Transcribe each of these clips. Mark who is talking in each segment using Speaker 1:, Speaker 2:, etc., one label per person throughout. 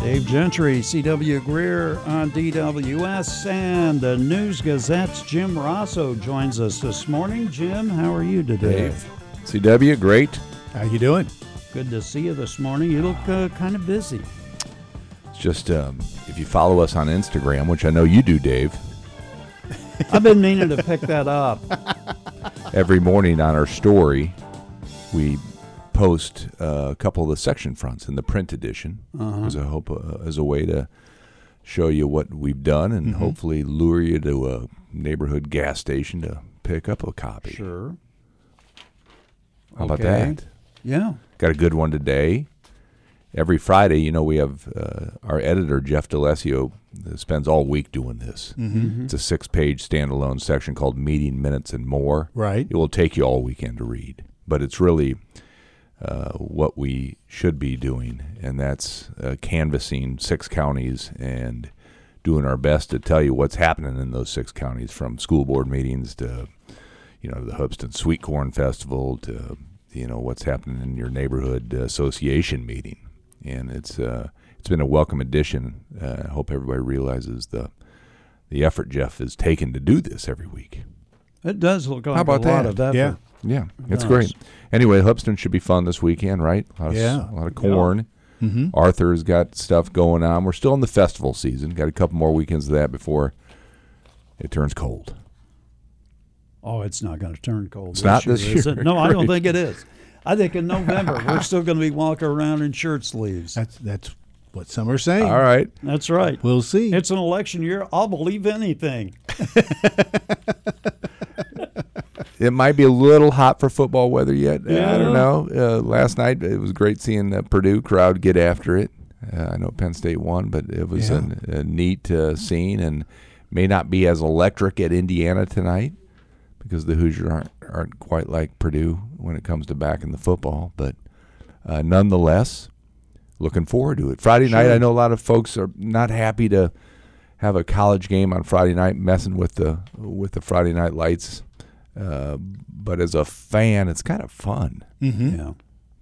Speaker 1: Dave Gentry, C.W. Greer on DWS, and the News Gazette's Jim Rosso joins us this morning. Jim, how are you today?
Speaker 2: Dave. CW, great.
Speaker 3: How you doing?
Speaker 1: Good to see you this morning. You look uh, kind of busy.
Speaker 2: It's just um, if you follow us on Instagram, which I know you do, Dave,
Speaker 1: I've been meaning to pick that up.
Speaker 2: every morning on our story, we post uh, a couple of the section fronts in the print edition
Speaker 1: Uh-huh.
Speaker 2: as a hope uh, as a way to show you what we've done and
Speaker 1: Mm-hmm.
Speaker 2: hopefully lure you to a neighborhood gas station to pick up a copy.
Speaker 1: Sure.
Speaker 2: How about
Speaker 1: Okay.
Speaker 2: that?
Speaker 1: Yeah.
Speaker 2: Got a good one today. Every Friday, you know, we have uh, our editor, Jeff D'Alessio, uh, spends all week doing this. Mm-hmm. It's a six page standalone section called Meeting Minutes and More.
Speaker 3: Right.
Speaker 2: It will take you all weekend to read, but it's really uh, what we should be doing, and that's uh, canvassing six counties and doing our best to tell you what's happening in those six counties from school board meetings to you know, the Hubston Sweet Corn Festival to, you know, what's happening in your neighborhood association meeting. And it's uh, it's been a welcome addition. Uh, I hope everybody realizes the the effort Jeff is taking to do this every week.
Speaker 1: It does look like
Speaker 2: about
Speaker 1: a lot
Speaker 2: that?
Speaker 1: of effort.
Speaker 3: Yeah.
Speaker 2: Yeah, it's
Speaker 1: Nice.
Speaker 2: great. Anyway, Hubston should be fun this weekend, right? A lot of, s-
Speaker 3: Yeah.
Speaker 2: a lot of corn. Arthur's got stuff going on. We're still in the festival season. Got a couple more weekends of that before it turns cold.
Speaker 1: Oh, it's not going to turn cold.
Speaker 2: It's not this
Speaker 1: is
Speaker 2: year.
Speaker 1: it? No, I don't
Speaker 2: Great.
Speaker 1: think it is. I think in November we're still going to be walking around in shirt sleeves.
Speaker 3: That's that's what some are saying.
Speaker 2: All right.
Speaker 1: That's right.
Speaker 3: We'll see.
Speaker 1: It's an election year. I'll believe anything.
Speaker 2: it might be a little hot for football weather yet. I
Speaker 1: Yeah.
Speaker 2: don't know. Uh, last night it was great seeing the Purdue crowd get after it. Uh, I know Penn State won, but it was
Speaker 3: Yeah.
Speaker 2: an- a, neat uh, scene and may not be as electric at Indiana tonight because the Hoosiers aren't aren't quite like Purdue when it comes to backing the football. But uh, nonetheless, looking forward to it. Friday night, I know a lot of folks are not happy to have a college game on Friday night, messing with the with the Friday night lights. Uh, but as a fan, it's kind of fun
Speaker 3: Mm-hmm.
Speaker 1: Yeah.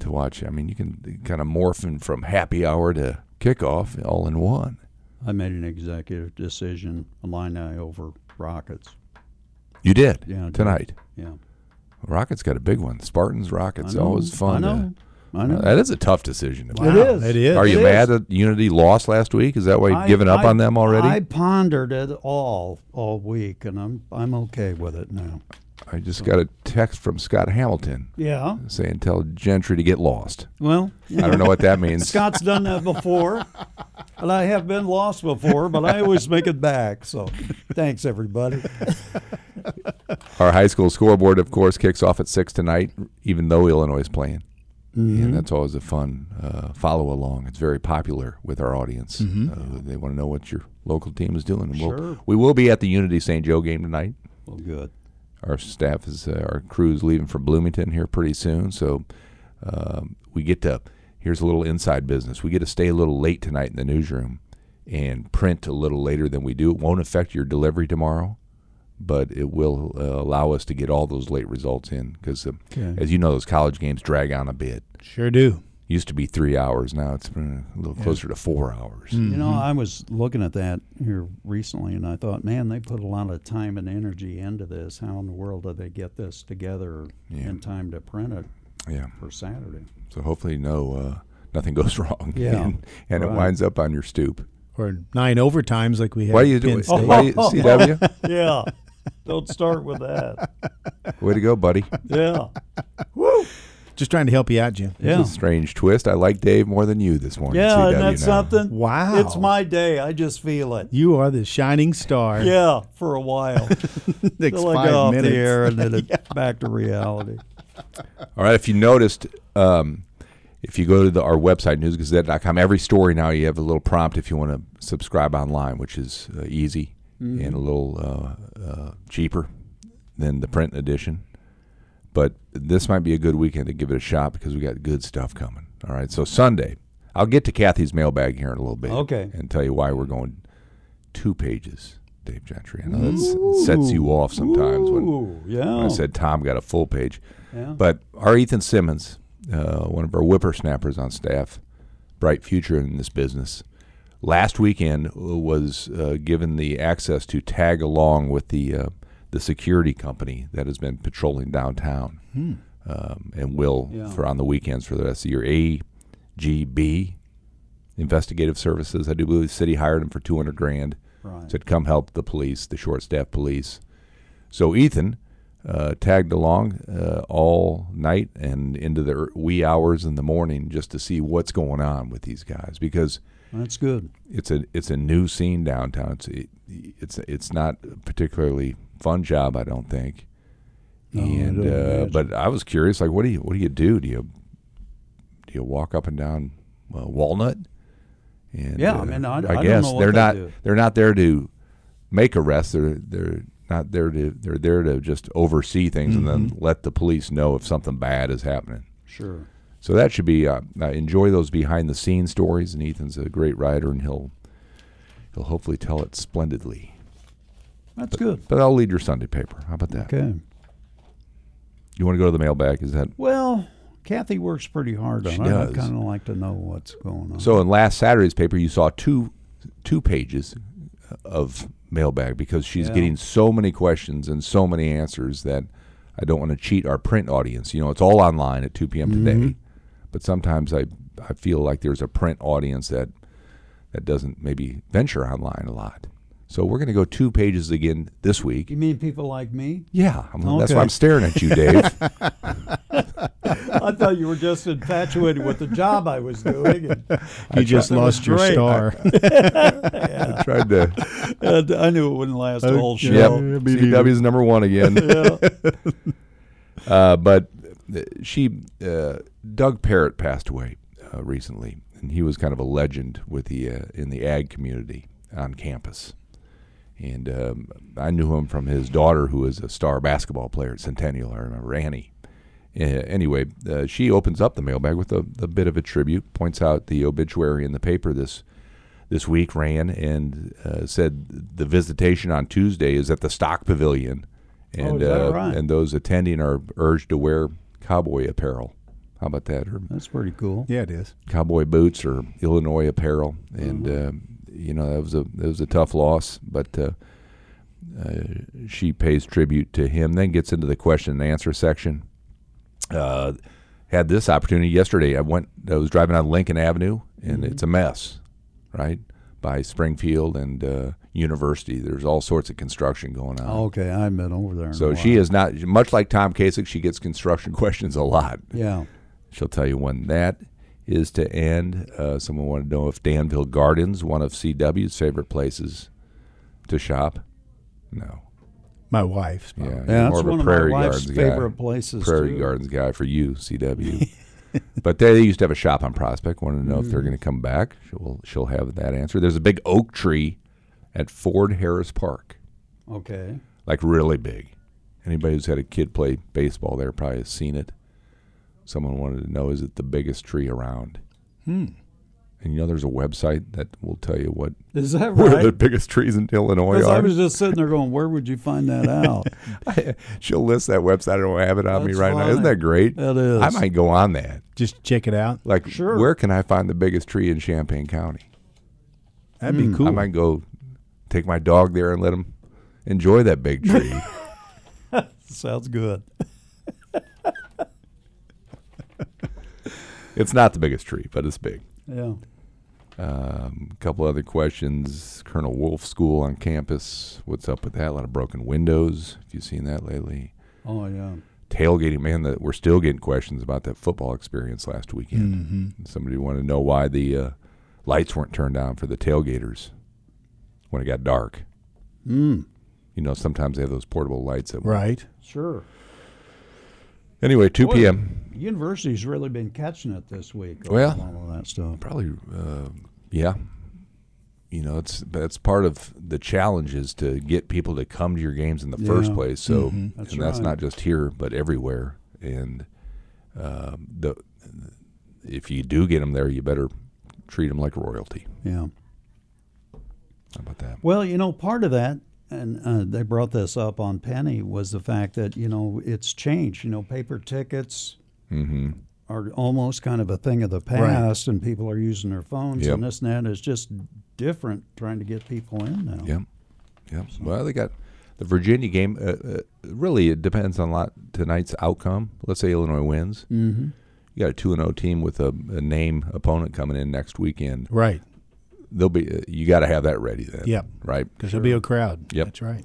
Speaker 2: to watch. I mean, you can kind of morph in from happy hour to kickoff all in one.
Speaker 1: I made an executive decision, Illini over Rockets.
Speaker 2: You did
Speaker 1: Yeah, I did.
Speaker 2: tonight.
Speaker 1: Yeah.
Speaker 2: Rockets got a big one. Spartans Rockets
Speaker 1: I know.
Speaker 2: always fun. Uh,
Speaker 1: I know.
Speaker 2: to-
Speaker 1: I know.
Speaker 2: that is a tough decision. To
Speaker 3: Wow.
Speaker 2: make.
Speaker 1: It is.
Speaker 3: It is.
Speaker 2: Are you
Speaker 1: It
Speaker 2: mad
Speaker 1: is.
Speaker 2: that Unity lost last week? Is that why you've
Speaker 1: I-
Speaker 2: given up
Speaker 1: I-
Speaker 2: on them already?
Speaker 1: I pondered it all all week, and I'm I'm okay with it now.
Speaker 2: I just got a text from Scott Hamilton
Speaker 1: Yeah.
Speaker 2: saying, "Tell Gentry to get lost."
Speaker 1: Well,
Speaker 2: I don't know what that means.
Speaker 1: Scott's done that before, and I have been lost before, but I always make it back. So, thanks everybody.
Speaker 2: Our high school scoreboard, of course, kicks off at six tonight, even though Illinois is playing. And that's always a fun uh, follow along. It's very popular with our audience. Uh, they want to know what your local team is doing. And we'll,
Speaker 1: Sure.
Speaker 2: We will be at the Unity St. Joe game tonight.
Speaker 1: Well, good.
Speaker 2: Our staff is, uh, our crew is leaving for Bloomington here pretty soon. So um, we get to, here's a little inside business. We get to stay a little late tonight in the newsroom and print a little later than we do. It won't affect your delivery tomorrow but it will uh, allow us to get all those late results in because,
Speaker 1: Okay.
Speaker 2: as you know, those college games drag on a bit.
Speaker 3: Sure do.
Speaker 2: Used to be three hours, now it's been a little closer to four hours.
Speaker 1: You know, I was looking at that here recently, and I thought, man, they put a lot of time and energy into this. How in the world do they get this together
Speaker 2: Yeah.
Speaker 1: in time to print it
Speaker 2: Yeah,
Speaker 1: for Saturday?
Speaker 2: so hopefully, no, uh, nothing goes wrong.
Speaker 1: Yeah.
Speaker 2: and, and
Speaker 1: Right.
Speaker 2: it winds up on your stoop.
Speaker 3: Or nine overtimes like we had.
Speaker 2: Why do you
Speaker 3: at Penn
Speaker 2: do it?
Speaker 3: State.
Speaker 1: Oh,
Speaker 2: Why you, CW?
Speaker 1: Yeah. Don't start with that.
Speaker 2: Way to go, buddy.
Speaker 1: Yeah.
Speaker 3: Just trying to help you out, Jim.
Speaker 1: oh. Yeah.
Speaker 2: Strange twist. I like Dave more than you this morning.
Speaker 1: Yeah,
Speaker 2: CW
Speaker 1: and that's
Speaker 2: now.
Speaker 1: something.
Speaker 3: Wow.
Speaker 1: It's my day. I just feel it.
Speaker 3: You are the shining star.
Speaker 1: Yeah, for a while.
Speaker 3: Next
Speaker 1: Till I
Speaker 3: five
Speaker 1: get off
Speaker 3: minutes.
Speaker 1: the air and then it back to reality.
Speaker 2: All right. If you noticed, um, if you go to the, our website, newsgazette.com, every story now you have a little prompt if you want to subscribe online, which is uh, easy and a little uh, uh, cheaper than the print edition. But this might be a good weekend to give it a shot because we got good stuff coming. All right. So Sunday, I'll get to Kathy's mailbag here in a little bit.
Speaker 1: Okay.
Speaker 2: And tell you why we're going two pages, Dave Gentry. I know that sets you off sometimes when.
Speaker 1: Ooh, yeah.
Speaker 2: I said Tom got a full page.
Speaker 1: Yeah.
Speaker 2: But our Ethan Simmons, uh, one of our whippersnappers on staff, bright future in this business, last weekend was uh, given the access to tag along with the uh, the security company that has been patrolling downtown um, and will
Speaker 1: Hmm. Yeah.
Speaker 2: for on the weekends for the rest of the year. AGB Investigative Services. I do believe the city hired them for two hundred grand.
Speaker 1: Right.
Speaker 2: Said come help the police, the short staff police. So Ethan uh, tagged along uh, all night and into the ear- wee hours in the morning just to see what's going on with these guys because
Speaker 1: That's good.
Speaker 2: it's a it's a new scene downtown. It's it, it's it's not a particularly fun job, I don't think.
Speaker 1: No, I
Speaker 2: and
Speaker 1: don't
Speaker 2: uh,
Speaker 1: imagine.
Speaker 2: but I was curious, like, what do you what do you do? Do you do you walk up and down uh, Walnut? And, uh,
Speaker 1: Yeah, I mean, I- I don't
Speaker 2: guess
Speaker 1: know what
Speaker 2: they're
Speaker 1: they
Speaker 2: not
Speaker 1: do.
Speaker 2: they're not there to make arrests. They're they're not there to they're there to just oversee things and
Speaker 1: Mm-hmm.
Speaker 2: then let the police know if something bad is happening.
Speaker 1: Sure.
Speaker 2: So that should be uh, uh, enjoy those behind the scenes stories. And Ethan's a great writer, and he'll he'll hopefully tell it splendidly.
Speaker 1: That's good.
Speaker 2: But I'll lead your Sunday paper. How about that?
Speaker 1: Okay.
Speaker 2: You want to go to the mailbag? Is that
Speaker 1: Well, Kathy works pretty hard on
Speaker 2: She
Speaker 1: it. I
Speaker 2: does.
Speaker 1: kind of like to know what's going on.
Speaker 2: so? In last Saturday's paper, you saw two two pages of mailbag because she's
Speaker 1: Yeah.
Speaker 2: getting so many questions and so many answers that I don't want to cheat our print audience. You know, it's all online at 2 p.m.
Speaker 1: Mm-hmm.
Speaker 2: today, but sometimes I I feel like there's a print audience that that doesn't maybe venture online a lot. So we're going to go two pages again this week.
Speaker 1: you mean people like me?
Speaker 2: Yeah, I'm, that's
Speaker 1: Okay.
Speaker 2: why I'm staring at you, Dave.
Speaker 1: I thought you were just infatuated with the job I was doing. And,
Speaker 3: You just
Speaker 1: thought that was
Speaker 3: lost your
Speaker 1: great.
Speaker 3: star.
Speaker 2: I tried to.
Speaker 1: and I knew it wouldn't last a whole
Speaker 2: Yep,
Speaker 1: show.
Speaker 3: me neither.
Speaker 2: CW's number one again.
Speaker 1: Yeah.
Speaker 2: Uh, but uh, she, uh, Doug Parrott passed away uh, recently, and he was kind of a legend with the uh, in the ag community on campus. And um, I knew him from his daughter, who is a star basketball player at Centennial. I remember Annie. Uh, anyway, uh, she opens up the mailbag with a, a bit of a tribute. Points out the obituary in the paper this this week ran and uh, said the visitation on Tuesday is at the Stock Pavilion, and
Speaker 1: Oh, is that
Speaker 2: uh,
Speaker 1: right?
Speaker 2: and those attending are urged to wear cowboy apparel. How about that? Or
Speaker 1: That's pretty cool.
Speaker 3: yeah, it is.
Speaker 2: cowboy boots or Illinois apparel, and um, you know that was a that was a tough loss. But uh, uh, she pays tribute to him. Then gets into the question and answer section. Uh, had this opportunity yesterday. I went. I was driving on Lincoln Avenue, and it's a mess, right? By Springfield and uh, University, there's all sorts of construction going on.
Speaker 1: Okay, I've been over there. in a
Speaker 2: so she is not much like Tom Kasich. She gets construction questions a lot.
Speaker 1: while. Yeah.
Speaker 2: She'll tell you when that is to end. Uh, someone wanted to know if Danville Gardens, one of CW's favorite places to shop. No.
Speaker 3: My wife's.
Speaker 2: Yeah,
Speaker 3: probably.
Speaker 2: you're
Speaker 1: Yeah,
Speaker 2: more
Speaker 1: that's
Speaker 2: of a
Speaker 1: one of my
Speaker 2: prairie
Speaker 1: wife's
Speaker 2: gardens guy.
Speaker 1: favorite places.
Speaker 2: Prairie
Speaker 1: too.
Speaker 2: Gardens guy for you, CW. but they, they used to have a shop on Prospect. Wanted to know if
Speaker 1: Mm.
Speaker 2: they're going to come back. She'll she'll have that answer. There's a big oak tree at Ford Harris Park,
Speaker 1: Okay.
Speaker 2: like really big. Anybody who's had a kid play baseball there probably has seen it. Someone wanted to know is it the biggest tree around?
Speaker 1: Hmm.
Speaker 2: And you know, there's a website that will tell you what
Speaker 1: Is that
Speaker 2: where the
Speaker 1: right?
Speaker 2: biggest trees in Illinois
Speaker 1: Because I
Speaker 2: are.
Speaker 1: was just sitting there going, where would you find that out?
Speaker 2: She'll list that website. I don't have it on me
Speaker 1: That's
Speaker 2: right now. Isn't
Speaker 1: funny.
Speaker 2: that great?
Speaker 1: That is.
Speaker 2: I might go on that.
Speaker 3: Just check it out.
Speaker 2: Like,
Speaker 1: Sure.
Speaker 2: where can I find the biggest tree in Champaign County?
Speaker 3: That'd
Speaker 1: Mm.
Speaker 3: be cool.
Speaker 2: I might go take my dog there and let him enjoy that big tree.
Speaker 1: Sounds good.
Speaker 2: it's not the biggest tree, but it's big.
Speaker 1: Yeah.
Speaker 2: Um, a couple other questions. Colonel Wolf School on campus. What's up with that? A lot of broken windows. If you've seen that lately.
Speaker 1: Oh, yeah.
Speaker 2: Tailgating, man. That we're still getting questions about that football experience last weekend. Somebody wanted to know why the uh, lights weren't turned on for the tailgaters when it got dark. Mm. You know, sometimes they have those portable lights. That
Speaker 3: Right.
Speaker 1: Sure.
Speaker 2: Anyway, 2
Speaker 1: Boy,
Speaker 2: p.m.
Speaker 1: University's really been catching it this week.
Speaker 2: Well-
Speaker 1: all of that stuff.
Speaker 2: Probably, uh, yeah. You know, it's that's part of the challenge is to get people to come to your games in the first
Speaker 1: Yeah. Mm-hmm.
Speaker 2: place. So,
Speaker 1: That's
Speaker 2: and that's
Speaker 1: right.
Speaker 2: not just here, but everywhere. And um, the if you do get them there, you better treat them like royalty.
Speaker 1: Yeah.
Speaker 2: How about that?
Speaker 1: Well, you know, part of that, and uh, they brought this up on Penny, was the fact that you know it's changed. You know, paper tickets
Speaker 2: Mm-hmm.
Speaker 1: are almost kind of a thing of the past, and people are using their phones
Speaker 2: Yep.
Speaker 1: and this and that. It's just different trying to get people in now.
Speaker 2: Yep. Yep. Well, they got the Virginia game. Uh, uh, really, it depends on a lot tonight's outcome. Let's say Illinois wins.
Speaker 1: Mm-hmm.
Speaker 2: You got a two and zero team with a, a name opponent coming in next weekend.
Speaker 3: Right.
Speaker 2: They'll be. Uh, you got to have that ready then.
Speaker 3: Yep.
Speaker 2: Right.
Speaker 3: Because there'll be a crowd.
Speaker 2: Yep.
Speaker 3: That's right.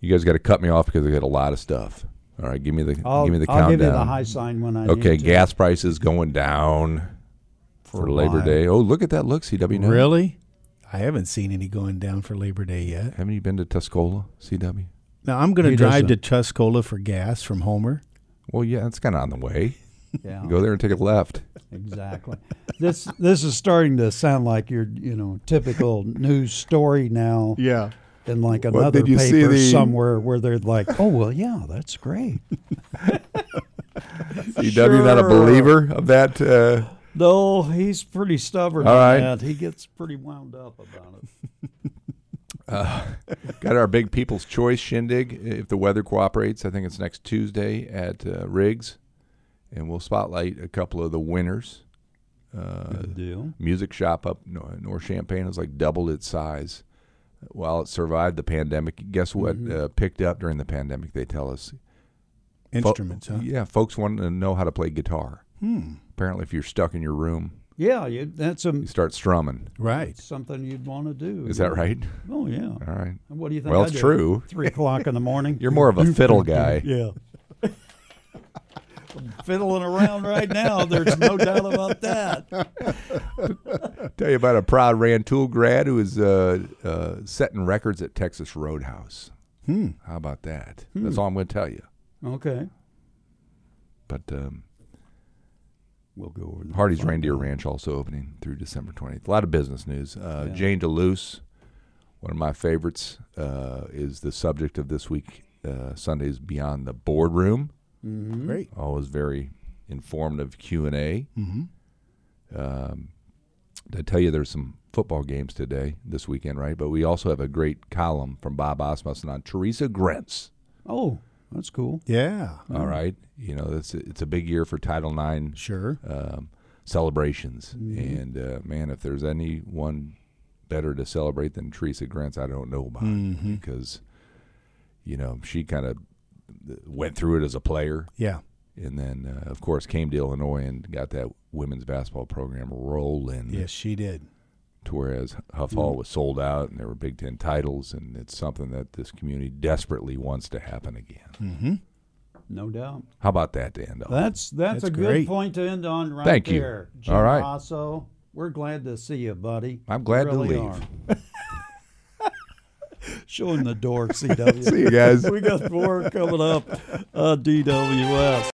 Speaker 2: You guys got to cut me off because I got a lot of stuff. All right. Give me the.
Speaker 1: I'll,
Speaker 2: give me the
Speaker 1: I'll
Speaker 2: countdown.
Speaker 1: give you the high sign when I
Speaker 2: okay.
Speaker 1: need to.
Speaker 2: Gas prices going down for,
Speaker 3: For a
Speaker 2: Labor
Speaker 3: while.
Speaker 2: Day. Oh, look at that! Look, CW. now.
Speaker 3: Really? I haven't seen any going down for Labor Day yet.
Speaker 2: Haven't you been to Tuscola, CW?
Speaker 3: Now I'm going to
Speaker 1: He
Speaker 3: drive to
Speaker 1: doesn't.
Speaker 3: Tuscola for gas from Homer.
Speaker 2: Well, yeah, it's kind of on the way.
Speaker 1: Yeah.
Speaker 2: Go there and take a left.
Speaker 1: Exactly. this this is starting to sound like your you know typical news story now
Speaker 3: Yeah.
Speaker 1: in like
Speaker 2: Well,
Speaker 1: another
Speaker 2: did you see
Speaker 1: paper
Speaker 2: the-
Speaker 1: somewhere where they're like, oh well, yeah, that's great.
Speaker 2: CW, not a
Speaker 1: Sure.
Speaker 2: believer of that. Uh,
Speaker 1: No, he's pretty stubborn.
Speaker 2: All
Speaker 1: on
Speaker 2: right.
Speaker 1: that. he gets pretty wound up about it.
Speaker 2: Got our big people's choice shindig. uh, If the weather cooperates, I think it's next Tuesday at uh, Riggs, and we'll spotlight a couple of the winners. Uh,
Speaker 1: Good deal.
Speaker 2: music shop up nor- North Champaign has like doubled its size while it survived the pandemic. Guess what? Uh, picked up during the pandemic, they tell us. Fo-
Speaker 3: Instruments, huh?
Speaker 2: Yeah, folks want to know how to play guitar.
Speaker 3: Hmm.
Speaker 2: Apparently, if you're stuck in your room,
Speaker 1: Yeah, you, that's a,
Speaker 2: you start strumming.
Speaker 3: Right.
Speaker 1: something you'd want to do.
Speaker 2: Is that right?
Speaker 1: Oh yeah.
Speaker 2: All right.
Speaker 1: And What do you think?
Speaker 2: Well,
Speaker 1: I
Speaker 2: it's
Speaker 1: do?
Speaker 2: true.
Speaker 1: Three o'clock in the morning.
Speaker 2: You're more of a fiddle guy.
Speaker 1: yeah. Fiddling around right now. There's no doubt about that.
Speaker 2: Tell you about a proud Rantoul grad who is uh, uh, setting records at Texas Roadhouse.
Speaker 3: Hmm.
Speaker 2: How about that? That's all I'm going to tell you.
Speaker 1: Okay.
Speaker 2: But um,
Speaker 1: We'll go over the
Speaker 2: Hardy's Reindeer Ranch also opening through December 20th. A lot of business news. Uh,
Speaker 1: Yeah.
Speaker 2: Jane DeLuce, one of my favorites, uh, is the subject of this week. Uh, Sunday's Beyond the Boardroom.
Speaker 1: Mhm.
Speaker 3: Great.
Speaker 2: Always very informative Q and A.
Speaker 3: Mm-hmm.
Speaker 2: Um, I tell you, there's some football games today, this weekend, right? But we also have a great column from Bob Osmussen on Teresa Grentz.
Speaker 1: Oh, that's cool.
Speaker 3: Yeah.
Speaker 1: Mm-hmm.
Speaker 2: All right, you know, it's it's a big year for Title IX
Speaker 3: Sure.
Speaker 2: um, celebrations, and uh, man, if there's anyone better to celebrate than Teresa Grentz, I don't know about
Speaker 3: Mhm.
Speaker 2: because you know she kind of went through it as a player
Speaker 3: Yeah.
Speaker 2: and then uh, of course came to illinois and got that women's basketball program rolling
Speaker 3: Yes, she did.
Speaker 2: to whereas Huff Hall was sold out and there were Big Ten titles, and it's something that this community desperately wants to happen again.
Speaker 3: Mm-hmm.
Speaker 1: No doubt.
Speaker 2: How about that to end off?
Speaker 1: That's that's,
Speaker 3: That's
Speaker 1: a good
Speaker 3: great.
Speaker 1: point to end on right
Speaker 2: Thank you.
Speaker 1: there. Jim
Speaker 2: All right.
Speaker 1: Rosso, we're glad to see you, buddy.
Speaker 2: I'm glad
Speaker 1: really
Speaker 2: to leave.
Speaker 1: Are. Show him the door, CW.
Speaker 2: See you guys.
Speaker 1: uh, we got more coming up on DWS.